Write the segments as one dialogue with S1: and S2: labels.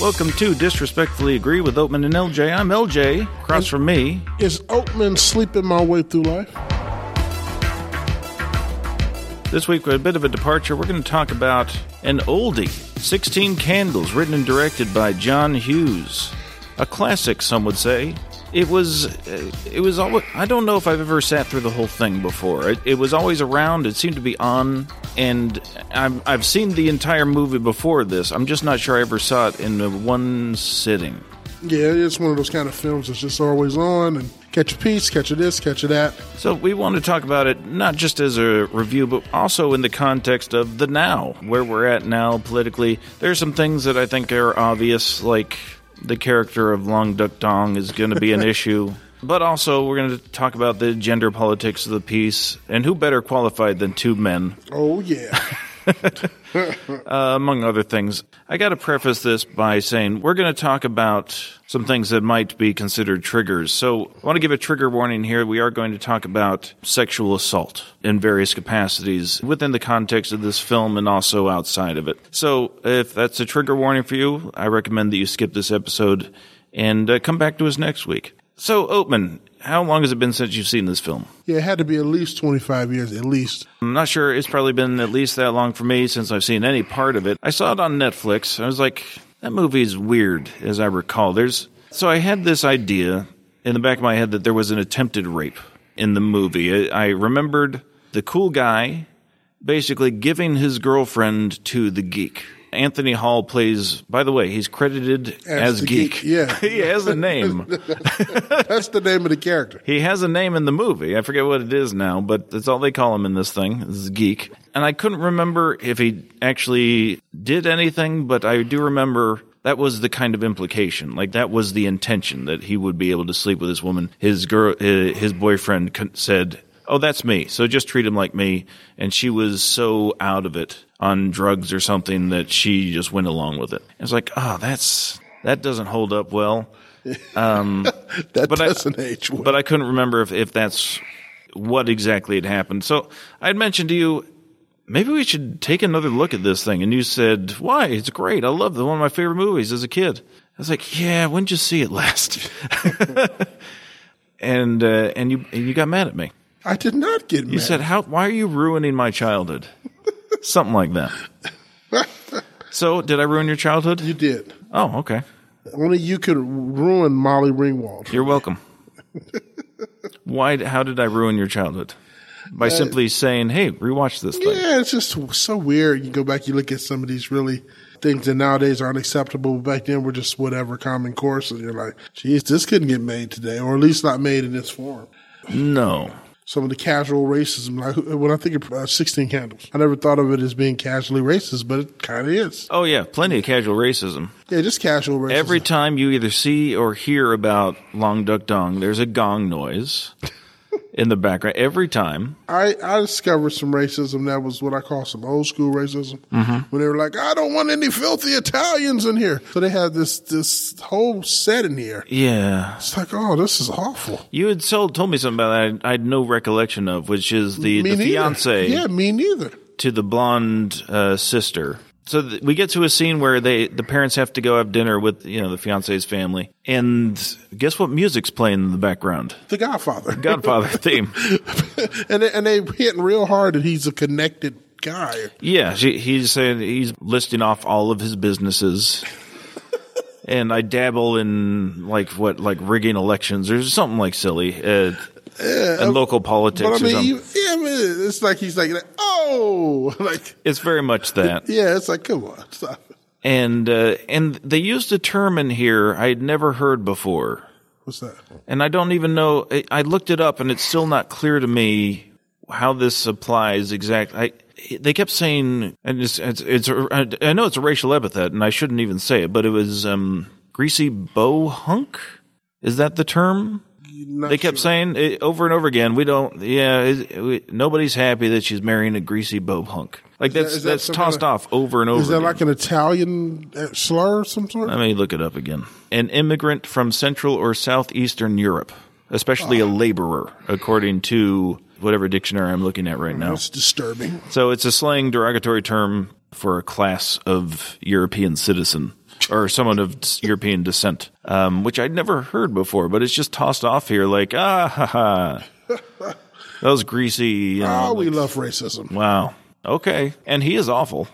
S1: Welcome to Disrespectfully Agree with Oatman and LJ. I'm LJ. Across from me,
S2: Is Oatman sleeping my way through life?
S1: This week, with a bit of a departure, we're going to talk about an oldie 16 Candles, written and directed by John Hughes. A classic, some would say. It was, uh, it was always, I don't know if I've ever sat through the whole thing before. It, it was always around, it seemed to be on, and I've, I've seen the entire movie before this. I'm just not sure I ever saw it in uh, one sitting.
S2: Yeah, it's one of those kind of films that's just always on and catch a piece, catch a this, catch a that.
S1: So we want to talk about it not just as a review, but also in the context of the now, where we're at now politically. There are some things that I think are obvious, like the character of Long Duck Dong is going to be an issue. But also, we're going to talk about the gender politics of the piece, and who better qualified than two men
S2: Oh yeah.
S1: among other things. I got to preface this by saying we're going to talk about some things that might be considered triggers. So I want to give a trigger warning here. We are going to talk about sexual assault in various capacities within the context of this film and also outside of it. So if that's a trigger warning for you, I recommend that you skip this episode and uh, come back to us next week. So, Oatman, how long has it been since you've seen this film?
S2: yeah, it had to be at least twenty five years, at least.
S1: I'm not sure. It's probably been at least that long for me since I've seen any part of it. I saw it on Netflix. I was like, that movie's weird, as I recall. There's so I had this idea in the back of my head that there was an attempted rape in the movie. I I remembered the cool guy basically giving his girlfriend to the geek. Anthony Hall plays. By the way, he's credited as,
S2: the
S1: geek.
S2: geek, yeah.
S1: he has a name.
S2: That's the name of the character.
S1: He has a name in the movie. I forget what it is now, but that's all they call him in this thing. This is geek. And I couldn't remember if he actually did anything, but I do remember that was the kind of implication. Like that was the intention that he would be able to sleep with this woman. His girl, his his boyfriend con- said, "Oh, that's me. So just treat him like me." And she was so out of it on drugs or something that she just went along with it. It's like, oh, that's that doesn't hold up well.
S2: That
S1: But I-
S2: doesn't age well.
S1: But I couldn't remember if, if that's what exactly had happened. So I had mentioned to you, maybe we should take another look at this thing. And you said, why? It's great. I love it. One of my favorite movies as a kid. I was like, yeah, when did you see it last? and, uh, and you, and you got mad at me.
S2: I did not get
S1: You
S2: mad.
S1: said, how, why are you ruining my childhood? Something like that. So did I ruin your childhood?
S2: you did.
S1: Oh, okay.
S2: Only you could ruin Molly Ringwald.
S1: You're welcome. Why? How did I ruin your childhood
S2: Uh,
S1: by simply saying, "Hey, rewatch this thing"?
S2: Yeah, it's just so weird. You go back, you look at some of these really things that nowadays are unacceptable. but Back then, were just whatever common course, and you're like, "Geez, this couldn't get made today, or at least not made in this form."
S1: No,
S2: Some of the casual racism, like when I think of uh, 16 Candles, I never thought of it as being casually racist, but it kind of is.
S1: oh yeah, plenty of casual racism.
S2: Yeah, just casual racism.
S1: Every time you either see or hear about Long Duck Dong, there's a gong noise in the background. Every time,
S2: I, I discovered some racism that was what I call some old school racism.
S1: Mm-hmm.
S2: When they were like, I don't want any filthy Italians in here. So they had this, this whole set in here.
S1: yeah,
S2: It's like, oh, this is awful.
S1: you had told told me something about that I had no recollection of, which is the, the
S2: neither.
S1: fiance.
S2: Yeah, me neither.
S1: to the blonde uh, sister. So th- we get to a scene where they the parents have to go have dinner with you know the fiance's family, and guess what music's playing in the background?
S2: The Godfather.
S1: Godfather theme.
S2: and they, and they hitting real hard that he's a connected guy.
S1: Yeah, she, he's saying he's listing off all of his businesses. And I dabble in like what, like rigging elections or something like silly, uh, and local politics.
S2: um, But I
S1: or something.
S2: mean, you, yeah, I mean, it's like he's like, oh, like
S1: it's very much that.
S2: yeah, it's like come on, stop.
S1: And uh, and they used a term in here I had never heard before.
S2: What's that?
S1: And I don't even know. I- I looked it up, and it's still not clear to me how this applies exactly. I, they kept saying, and it's, it's, it's, I know it's a racial epithet, and I shouldn't even say it, but it was um, greasy bow hunk. Is that the term?
S2: Not
S1: They kept
S2: sure.
S1: saying it over and over again. We don't. Yeah, it, we, nobody's happy that she's marrying a greasy bow hunk. Like that's
S2: is that
S1: that's
S2: some
S1: tossed
S2: kinda-
S1: off over and over.
S2: Is that
S1: again.
S2: like an Italian uh, slur of some sort?
S1: Let me look it up again. An immigrant from Central or Southeastern Europe, especially a laborer, according to whatever dictionary I'm looking at right now.
S2: That's disturbing.
S1: So it's a slang derogatory term for a class of European citizen. or someone of European descent, um, which I'd never heard before, but it's just tossed off here like, ah, ha, ha. That was greasy. You know,
S2: Oh, we
S1: like,
S2: love racism.
S1: wow. Okay. And he is awful.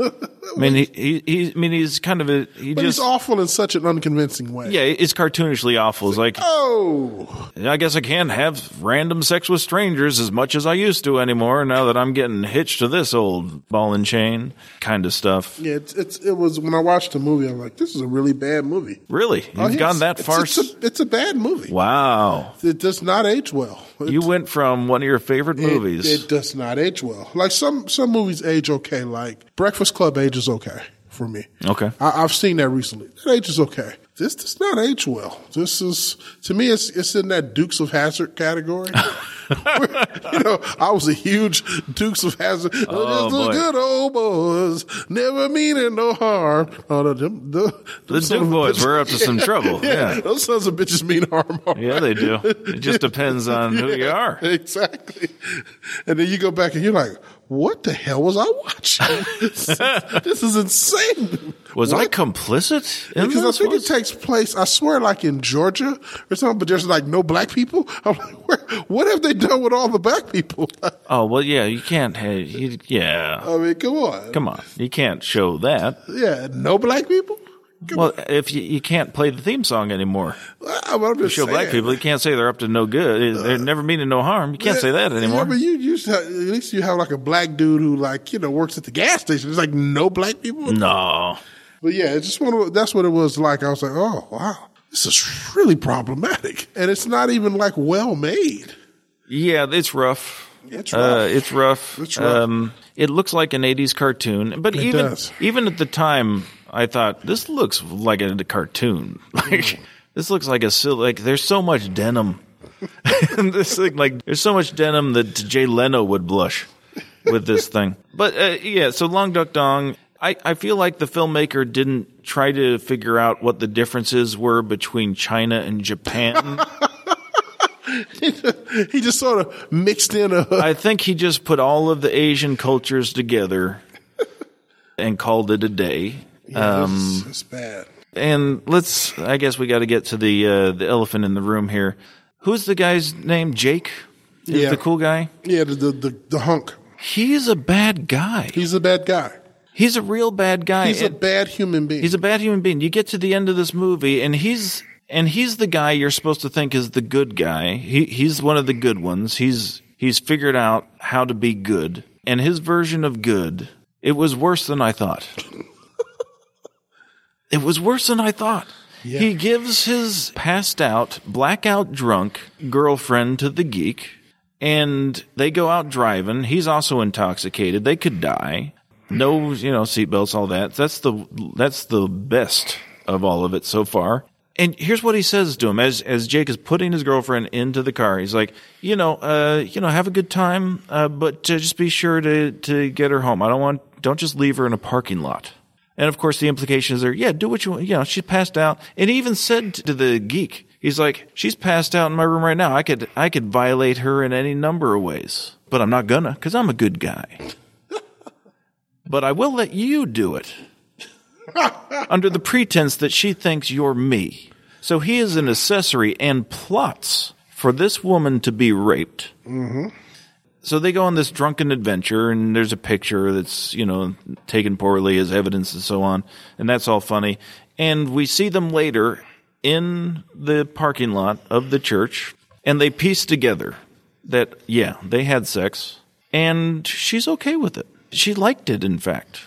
S1: I mean, he, he, he, I mean, he's kind of a, he
S2: But
S1: just,
S2: he's awful in such an unconvincing way.
S1: yeah, it's cartoonishly awful. It's like,
S2: Oh,
S1: I guess I can't have random sex with strangers as much as I used to anymore now that I'm getting hitched to this old ball and chain kind of stuff.
S2: yeah. It's, it's it was when I watched the movie. I'm like, this is a really bad movie.
S1: Really? You've
S2: Oh, yes.
S1: gone that
S2: It's-
S1: far?
S2: It's,
S1: s-
S2: a, it's a bad movie.
S1: wow.
S2: It does not age well. It,
S1: You went from one of your favorite
S2: it-
S1: movies.
S2: It, does not age well. Like some some movies age okay. Like Breakfast Club ages okay for me.
S1: okay.
S2: I, I've seen that recently. That ages okay. This does not age well. This is to me, it's it's in that Dukes of Hazard category. you know, I was a huge Dukes of Hazard.
S1: Oh,
S2: Just the
S1: boy.
S2: good old boys, never meaning no harm. Oh, no, them, the
S1: The Duke boys were up to some trouble. Yeah.
S2: those sons of bitches mean harm.
S1: Yeah, they do. It just depends on who you are.
S2: Exactly. And then you go back and you're like, what the hell was I watching? this is insane.
S1: Was I
S2: What?
S1: complicit? In
S2: Because I
S1: this?
S2: think
S1: Was-
S2: it takes place, I swear, like in Georgia or something, but there's like no black people. I'm like, where, what have they done with all the black people?
S1: oh, well, yeah, you can't. Hey, you, yeah.
S2: I mean, come on.
S1: Come on. You can't show that.
S2: Yeah, no black people? Come
S1: Well, if you, you can't play the theme song anymore,
S2: on. I'm, I'm just
S1: show black
S2: saying.
S1: people, you can't say they're up to no good. They're never meaning no harm. You can't say that
S2: Yeah,
S1: anymore.
S2: but you, you should, at least you have like a black dude who like, you know, works at the gas station. There's like no black people.
S1: No.
S2: But yeah, it's just one of that's what it was like. I was like, oh wow, this is really problematic, and it's not even like well made.
S1: Yeah, it's rough.
S2: It's
S1: Uh,
S2: rough.
S1: it's rough.
S2: It's rough.
S1: Um, it looks like an '80s cartoon, but even
S2: does.
S1: even at the time, I thought this looks like a cartoon.
S2: Mm.
S1: Like this looks like a sil- like. There's so much denim. and this thing, like, there's so much denim that Jay Leno would blush with this thing. But uh, yeah, so Long Duck Dong. I, I feel like the filmmaker didn't try to figure out what the differences were between China and Japan.
S2: he just sort of mixed in a
S1: I think he just put all of the Asian cultures together and called it a day.
S2: um, it's bad.
S1: And let's, I guess we got to get to the uh, the elephant in the room here. Who's the guy's name? Jake? Is
S2: Yeah.
S1: The cool guy?
S2: Yeah, the, the the the hunk.
S1: He's a bad guy.
S2: He's a bad guy.
S1: He's a real bad guy.
S2: He's a
S1: And
S2: bad human being.
S1: he's a bad human being. You get to the end of this movie and he's and he's the guy you're supposed to think is the good guy. He he's one of the good ones. He's he's figured out how to be good. And his version of good, it was worse than I thought. it was worse than I thought. He gives his passed out, blackout drunk girlfriend to the geek, and they go out driving. He's also intoxicated. They could die. No, you know, seatbelts, all that. That's the that's the best of all of it so far. And here's what he says to him as as Jake is putting his girlfriend into the car. He's like, you know, uh, you know, have a good time, uh, but uh, just be sure to to get her home. I don't want don't just leave her in a parking lot. And of course, the implications are, yeah, do what you want. You know, she passed out. And he even said to the geek, he's like, she's passed out in my room right now. I could, I could violate her in any number of ways, but I'm not gonna, cause I'm a good guy. but I will let you do it under the pretense that she thinks you're me. So he is an accessory and plots for this woman to be raped so they go on this drunken adventure and there's a picture that's you know taken poorly as evidence and so on and that's all funny and we see them later in the parking lot of the church and they piece together that yeah they had sex and she's okay with it she liked it in fact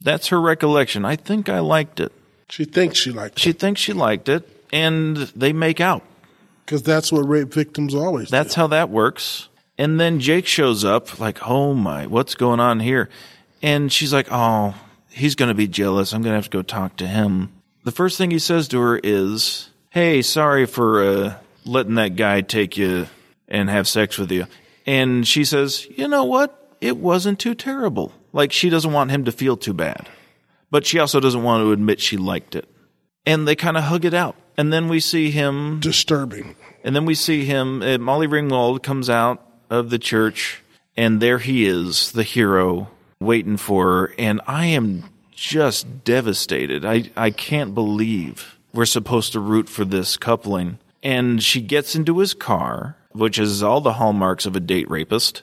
S1: that's her recollection i think i liked it
S2: she thinks she likes
S1: she thinks she liked it and they make out
S2: because that's what rape victims always.
S1: that's how that works. And then Jake shows up, like, oh my, what's going on here? And she's like, oh, he's going to be jealous. I'm going to have to go talk to him. The first thing he says to her is, hey, sorry for uh, letting that guy take you and have sex with you. And she says, you know what? It wasn't too terrible. Like, she doesn't want him to feel too bad. But she also doesn't want to admit she liked it. And they kind of hug it out. And then we see him
S2: do. disturbing.
S1: and then we see him. Uh, Molly Ringwald comes out of the church, and there he is, the hero, waiting for her. And I am just devastated. I, I can't believe we're supposed to root for this coupling. And she gets into his car, which is all the hallmarks of a date rapist.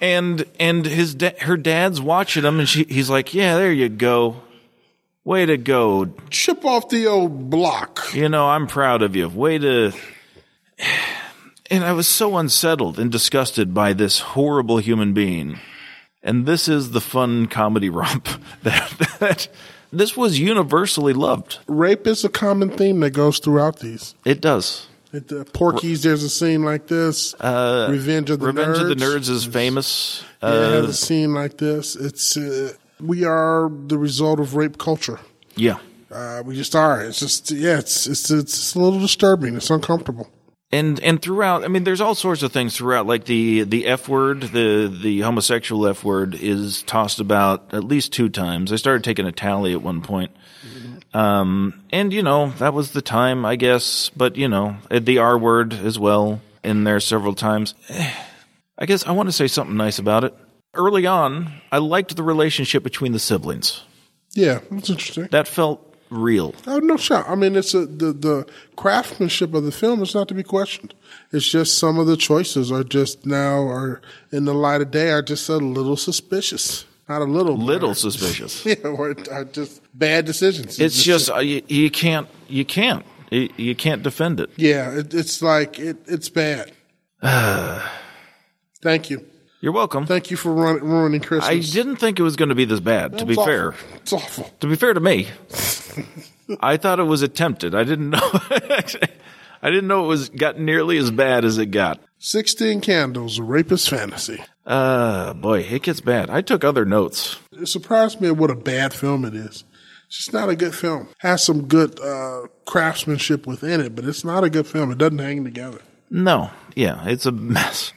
S1: and and his da- her dad's watching him, and she he's like, "Yeah, there you go, way to go,
S2: Chip off the old block.
S1: you know, I'm proud of you. Way to. And I was so unsettled and disgusted by this horrible human being. And this is the fun comedy romp that, that this was universally loved.
S2: Rape is a common theme that goes throughout these.
S1: It does.
S2: At the Porky's, there's a scene like this. Uh, Revenge of the
S1: Revenge
S2: Nerds.
S1: of the Nerds is famous.
S2: Yeah,
S1: Uh,
S2: has a scene like this. It's uh, we are the result of rape culture.
S1: yeah.
S2: Uh, we just are. It's just yeah. It's it's it's a little disturbing. It's uncomfortable.
S1: And and throughout, I mean, there's all sorts of things throughout. Like the the F word, the the homosexual F word is tossed about at least two times. I started taking a tally at one point. Um, and you know that was the time, I guess. But you know the R word as well in there several times. I guess I want to say something nice about it. Early on, I liked the relationship between the siblings.
S2: Yeah, it's interesting.
S1: That felt real.
S2: Oh, no shot. I mean, it's a, the the craftsmanship of the film is not to be questioned. It's just some of the choices are just now are in the light of day are just a little suspicious. Not a little,
S1: Little suspicious.
S2: yeah, or are just bad decisions.
S1: It's just uh, you, you can't you can't you, you can't defend it.
S2: yeah, it, it's like it, it's bad. Thank you,
S1: You're welcome.
S2: thank you for run, ruining Christmas.
S1: I didn't think it was going to be this bad. To be
S2: It's awful.
S1: fair,
S2: it's awful.
S1: to be fair to me, I thought it was attempted. I didn't know. I didn't know it was got nearly as bad as it got.
S2: Sixteen Candles, a Rapist Fantasy.
S1: Uh boy, it gets bad. I took other notes.
S2: It surprised me at what a bad film it is. It's just not a good film. Has some good uh, craftsmanship within it, but it's not a good film. It doesn't hang together.
S1: No, yeah, it's a mess,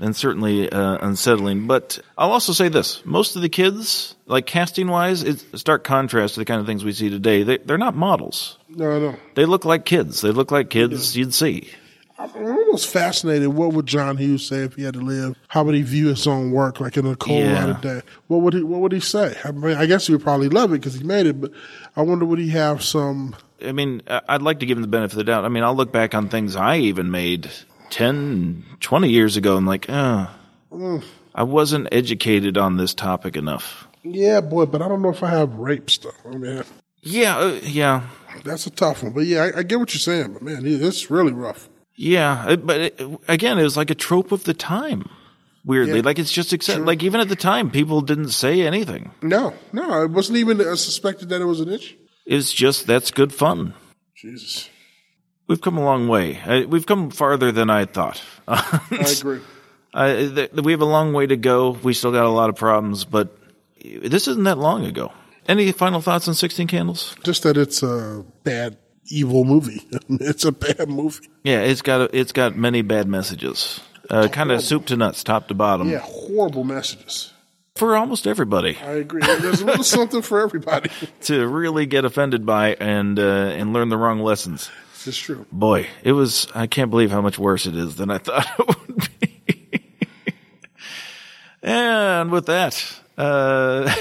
S1: and certainly uh, unsettling. But I'll also say this: most of the kids, like casting wise, it's a stark contrast to the kind of things we see today. They, they're not models.
S2: No, no.
S1: They look like kids. They look like kids you'd see.
S2: I'm almost fascinated. What would John Hughes say if he had to live? How would he view his own work, like in a cold
S1: Yeah.
S2: light of day? What would he What would he say? I, mean, I guess he would probably love it because he made it. But I wonder would he have some?
S1: I mean, I- I'd like to give him the benefit of the doubt. I mean, I'll look back on things I even made 10, 20 years ago and like, uh,
S2: Mm.
S1: I wasn't educated on this topic enough.
S2: Yeah, boy, but I don't know if I have rape stuff. I mean,
S1: Yeah, uh, yeah,
S2: that's a tough one. But yeah, I, I get what you're saying. But man, it- it's really rough.
S1: yeah. It- But it, again, it was like a trope of the time. Weirdly,
S2: Yeah.
S1: like it's just accept. Like even at the time, people didn't say anything.
S2: No, no, it wasn't even uh, suspected that it was an issue.
S1: It's just that's good fun.
S2: Jesus.
S1: We've come a long way. Uh, We've come farther than I thought.
S2: I agree.
S1: Uh, th- we have a long way to go. We still got a lot of problems, but this isn't that long ago. Any final thoughts on 16 Candles?
S2: Just that it's a bad, evil movie. it's a bad movie.
S1: Yeah, it's got a, it's got many bad messages. Uh, kind of soup to nuts, top to bottom,
S2: Yeah, horrible messages.
S1: for almost everybody
S2: I agree. There's a little something for everybody.
S1: to really get offended by and uh, and learn the wrong lessons.
S2: It's true.
S1: Boy, it was. I can't believe how much worse it is than I thought it would be. and with that, uh,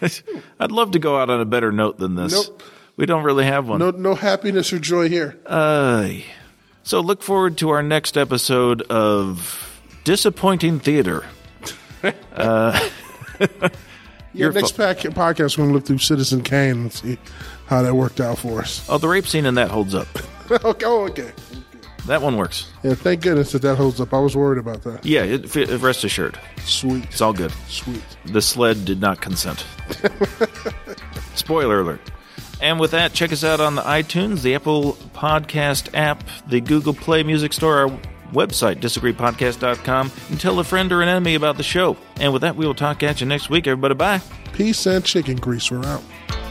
S1: I'd love to go out on a better note than this.
S2: Nope.
S1: We don't really have one.
S2: No, no happiness or joy here.
S1: Ay. so look forward to our next episode of Disappointing Theater.
S2: Your next pack, podcast, we're going to look through Citizen Kane and see how that worked out for us.
S1: Oh, the rape scene in that holds up.
S2: okay, oh, okay.
S1: That one works.
S2: Yeah, thank goodness that that holds up. I was worried about that.
S1: Yeah, it, it, rest assured.
S2: Sweet,
S1: It's all good.
S2: sweet.
S1: The sled did not consent. Spoiler alert. And with that, check us out on the iTunes, the Apple Podcast app, the Google Play Music Store, our website, disagreepodcast.com, and tell a friend or an enemy about the show. And with that, we will talk at you next week, everybody. Bye.
S2: Peace and chicken grease. We're out.